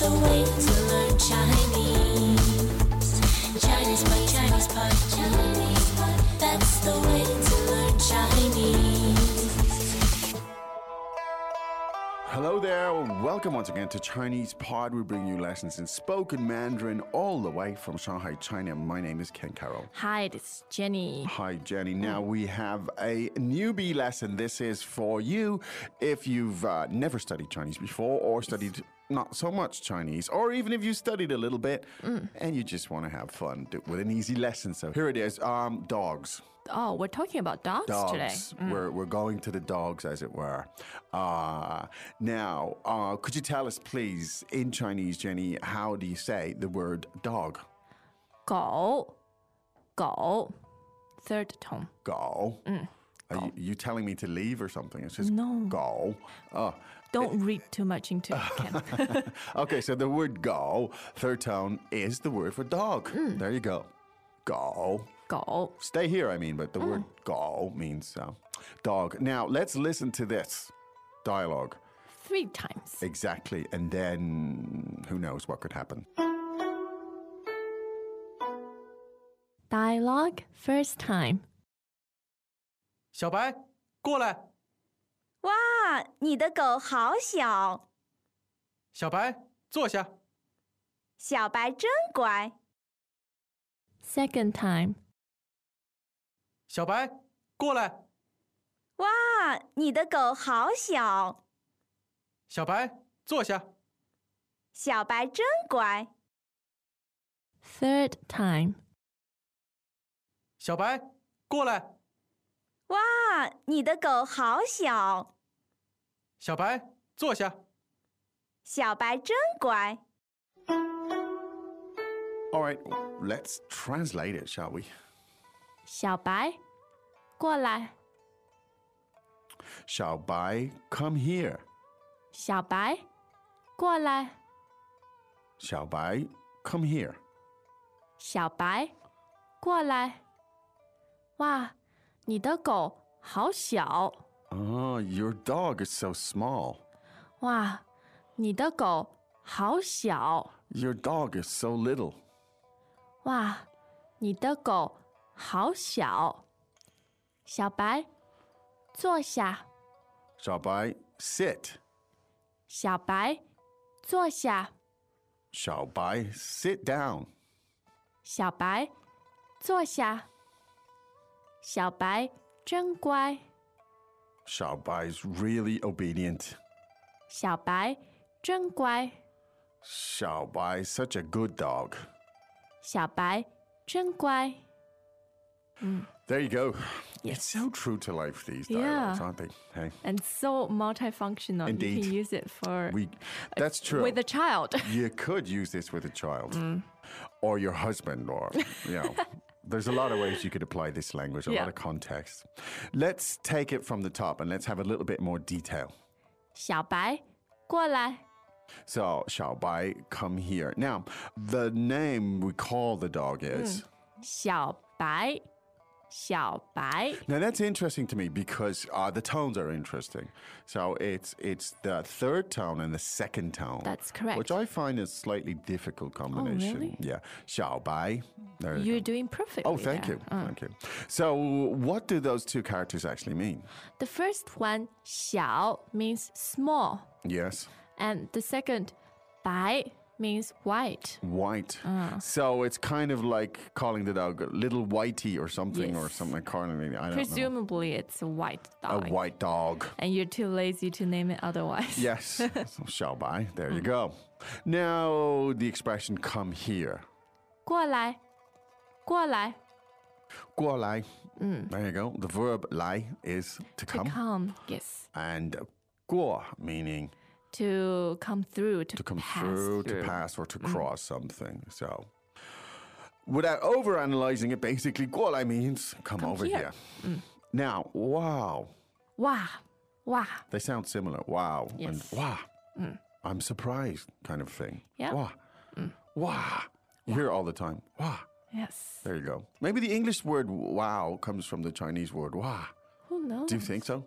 a way to learn Chinese. Chinese pot, Chinese pot, Chinese pot. That's the way to learn Chinese. Hello there, welcome once again to Chinese Pod. We bring you lessons in spoken Mandarin all the way from Shanghai, China. My name is Ken Carroll. Hi, this is Jenny. Hi, Jenny. Now we have a newbie lesson. This is for you if you've uh, never studied Chinese before or studied not so much Chinese, or even if you studied a little bit and you just want to have fun do- with an easy lesson. So here it is um, dogs. Oh, we're talking about dogs, today. Mm. Dogs. We're, we're going to the dogs, as it were. Uh, now, uh, could you tell us, please, in Chinese, Jenny, how do you say the word dog? 狗,狗. Third tone. Go. Are you, you telling me to leave or something? It's just Mm. No. go. Oh. Don't read too much into it. Ken. Okay, so the word go, third tone, is the word for dog. Hmm. There you go. Go. 狗, Stay here, I mean, but Hmm. the word go means uh, dog. Now, let's listen to this dialogue. three times. Exactly. And then who knows what could happen. Dialogue, first time. 小白，过来！哇，你的狗好小，小白，坐下！小白真乖。 Second time. 小白，过来！哇，你的狗好小，小白，坐下！小白真乖。 Third time. 小白，过来！哇，你的狗好小，小白，坐下！小白真乖。 All right, let's translate it, shall we? 小白,过来. Shall by come here. 小白,过来. Shall by come here. 小白,过来.哇,你的狗好小. Oh, your dog is so small. 哇,你的狗好小. Your dog is so little. 哇，你的狗好小。小白，坐下。 Shall by sit. 小白，坐下。 Shall by sit down. 小白，坐下。小白真乖。 Shall by is really obedient. 小白真乖。 Shall by is such a good dog. 小白真乖。 There you go. Yes. It's so true to life these Yeah. dialogues, aren't they? Hey, And so multifunctional. You Indeed. can use it for we that's true. with a child. you could use this with a child or your husband or you know there's a lot of ways you could apply this language a Yeah. lot of context let's take it from the top and let's have a little bit more detail 小白，过来。 so xiaobai come here now the name we call the dog is Hmm. 小白，小白。 now that's interesting to me because uh, the tones are interesting so it's it's the third tone and the second tone That's which correct. i find is slightly difficult combination really? yeah xiaobai there you go. You're doing perfectly. Oh, thank there. Uh, you. Thank you. So, what do those two characters actually mean? The first one, 小 means small, Yes, and the second, 白 means white. white. Uh. So, it's kind of like calling the dog little whitey or something, or Yes. something like calling it. I don't Presumably, it's a white know. dog. A white dog. And you're too lazy to name it otherwise. Yes, so shall buy. There Mm. you go. Now, the expression come here. 过来，过来 Guo lai. There you go. The verb lai is to Mm. to come, come. Yes, and guo meaning to come through, to, to come pass through, to pass or to cross something. So, without overanalyzing it, basically, guolai means come, over here. here. Now, wow, Wow, wow. they sound similar. Wow Yes. and wow, I'm surprised, kind of thing. Yeah. Wow, wow. You hear it all the time. Wow. Yes. There you go. Maybe the English word wow comes from the Chinese word wow. Who knows? Do you think so?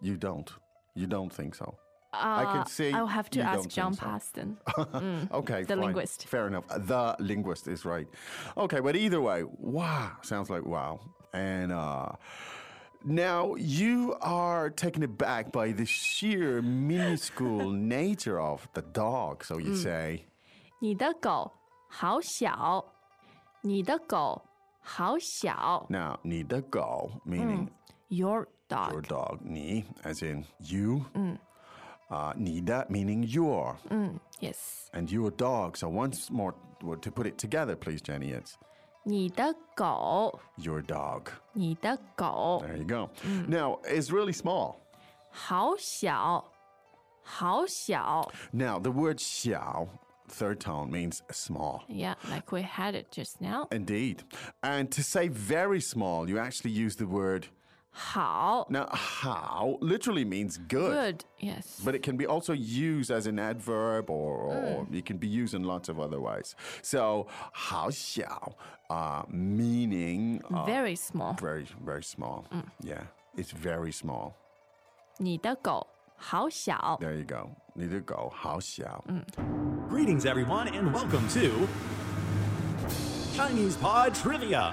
You don't. You don't think so. I can see Uh, I'll have to you ask don't John think so. Paston. Mm. okay, the fine. linguist. Fair enough. Uh, The linguist is right. Okay, but either way, wow sounds like wow. And uh, now you are taken aback by the sheer minuscule nature of the dog. So you Mm. say, 你的狗好小，你的狗好小。Mm. now, need the go, meaning Your your dog. Mm, dog, ni, as in you. Uh, nida meaning your 嗯，yes。mm, and your dog. So once more well, to put it together, please, Jenny. It's 你的狗， your dog. 你的狗 There you go. Mm. Now it's really small. 好小，好小。 Now, the word xiao, third tone, means small. Yeah, like we had it just now. Indeed. And to say very small, you actually use the word. 好 Now, how literally means good. ，good. Yes. But it can be also used as an adverb or, or it can be used in lots of other ways. So, 好小, uh, meaning uh, Very small. very, very small. Yeah, it's very small. 你的狗好小。 There you go. Need to go. 好小. Greetings, everyone, and welcome to Chinese Pod Trivia.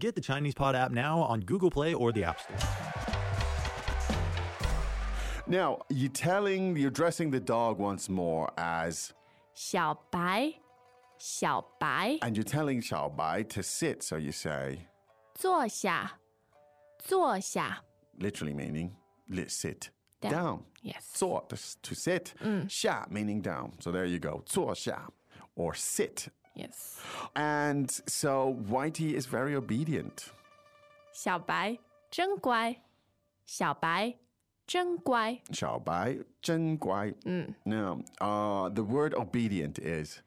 Get the Chinese Pod app now on Google Play or the App Store. Now, you're telling, you're dressing the dog once more as 小白，小白， And you're telling Xiaobai to sit, so you say, 坐下，坐下。 literally meaning, let sit Down. down. Mm. Yes. Zuo, to, s- to sit. Xia, meaning down. So there you go. Zuo xia, or sit. Yes. And so Whitey is very obedient. 小白真乖，小白真乖。 Xiaobai, zhen guai. Now, uh, the word obedient is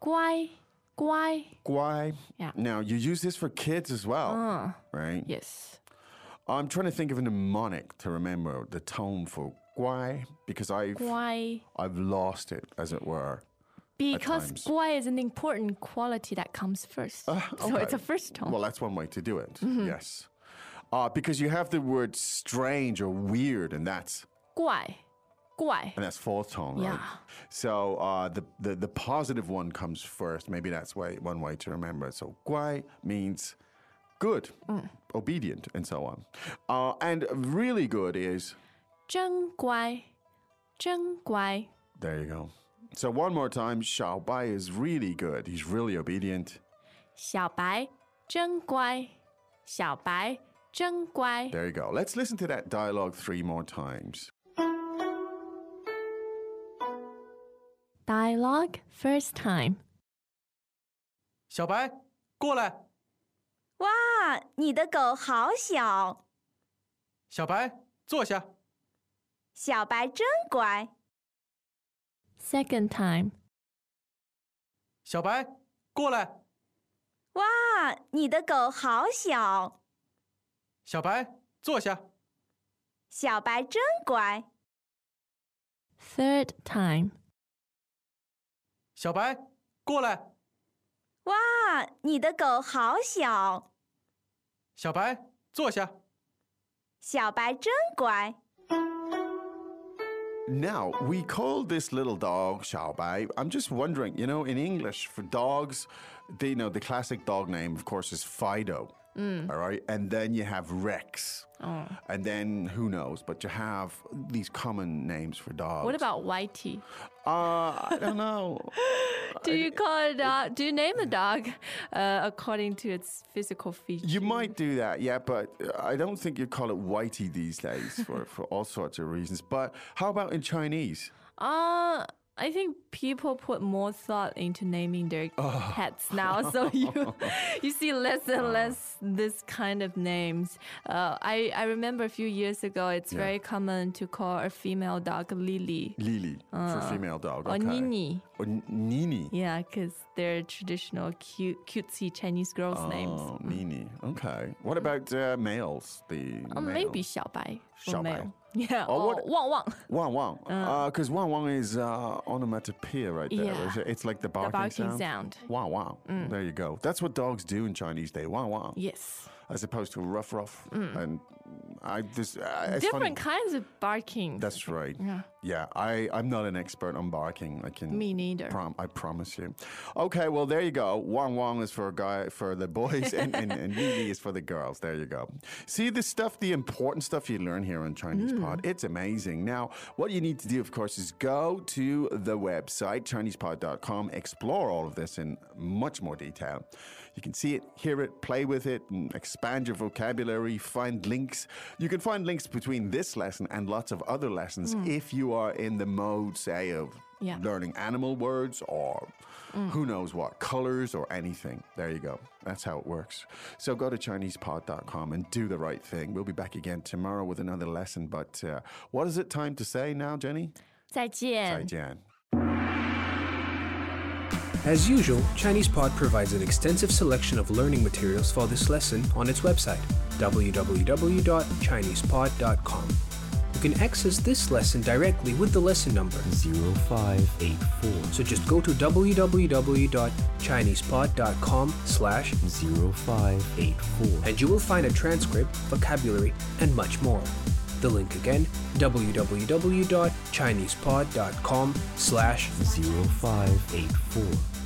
乖乖。 guai. Yeah. Now, you use this for kids as well, Uh, right? yes. I'm trying to think of a mnemonic to remember the tone for guai because I've. 乖. I've lost it, as it were. Because times. Ah, 乖 is an important quality that comes first. So it's a first tone. Well, that's one way to do it. Yes. Uh, because you have the word strange or weird, and that's 怪怪 and that's fourth tone, right? Yeah. So uh, the, the the positive one comes first. Maybe that's way one way to remember. it. So guai means good, obedient, and so on. Uh, and really good is 真乖，真乖。 there you go. So one more time, Xiao Bai is really good. He's really obedient. 小白真乖，小白真乖。 There you go. Let's listen to that dialogue three more times. Dialogue first time. 小白，过来！哇，你的狗好小，小白，坐下！小白真乖。 Second time. 小白，过来！哇，你的狗好小，小白，坐下！小白真乖。 Third time. 小白，过来！哇，你的狗好小，小白，坐下！小白真乖。 Now, we call this little dog Xiaobai. I'm just wondering, you know, in English for dogs, the, you know, the classic dog name, of course, is Fido. Mm. All right. And then you have Rex. Oh. And then who knows? But you have these common names for dogs. What about Whitey? Uh, I don't know. Do you call it? Uh, do you name a dog uh, according to its physical features? You might do that, yeah, but I don't think you call it whitey these days for, for all sorts of reasons. But how about in Chinese? Uh, I think people put more thought into naming their Oh. pets now, so you you see less and less this kind of names. Uh, I I remember a few years ago, it's Yeah. very common to call a female dog Lily Lily for female dog. or okay. Ah. Oh, Nini. Or n- Nini. Yeah, because they're traditional cute, cutesy Chinese girls' names. Mm. Oh, Nini. Okay. What about uh, males? The Or male? Oh, maybe Xiaobai Xiaobai. or male. Yeah, Or or, what- Wang Wang. Wang Wang. Uh. Because Wang Wang is uh, onomatopoeia right there. Yeah. is it? It's like the barking, barking sound. sound. Mm. Wow, wow. There you go. That's what dogs do in Chinese day. Wow, wow. Yes. As opposed to rough, rough. And I this uh, it's funny. Mm. Different kinds of barking. That's right. Yeah. Yeah. I, I'm not an expert on barking. I can Me neither. Prom- I promise you. Okay, well there you go. Wang Wang is for a guy for the boys and, and, and Lily is for the girls. There you go. See the stuff, the important stuff you learn here on Chinese Pod. It's amazing. Now, what you need to do, of course, is go to the website, ChinesePod.com, explore all of this in much more detail. You can see it, hear it, play with it, and expand your vocabulary, find links. You can find links between this lesson and lots of other lessons if you are in the mode, say, of Yeah. learning animal words or who knows what, colors or anything. There you go. That's how it works. So go to ChinesePod.com and do the right thing. We'll be back again tomorrow with another lesson. But uh, what is it time to say now, Jenny? 再见。 Jan. As usual, ChinesePod provides an extensive selection of learning materials for this lesson on its website, www.chinesepod.com. You can access this lesson directly with the lesson number, 0584 so just go to www.chinesepod.com slash 0584 and you will find a transcript, vocabulary, and much more. The link again, www.chinesepod.com slash 0584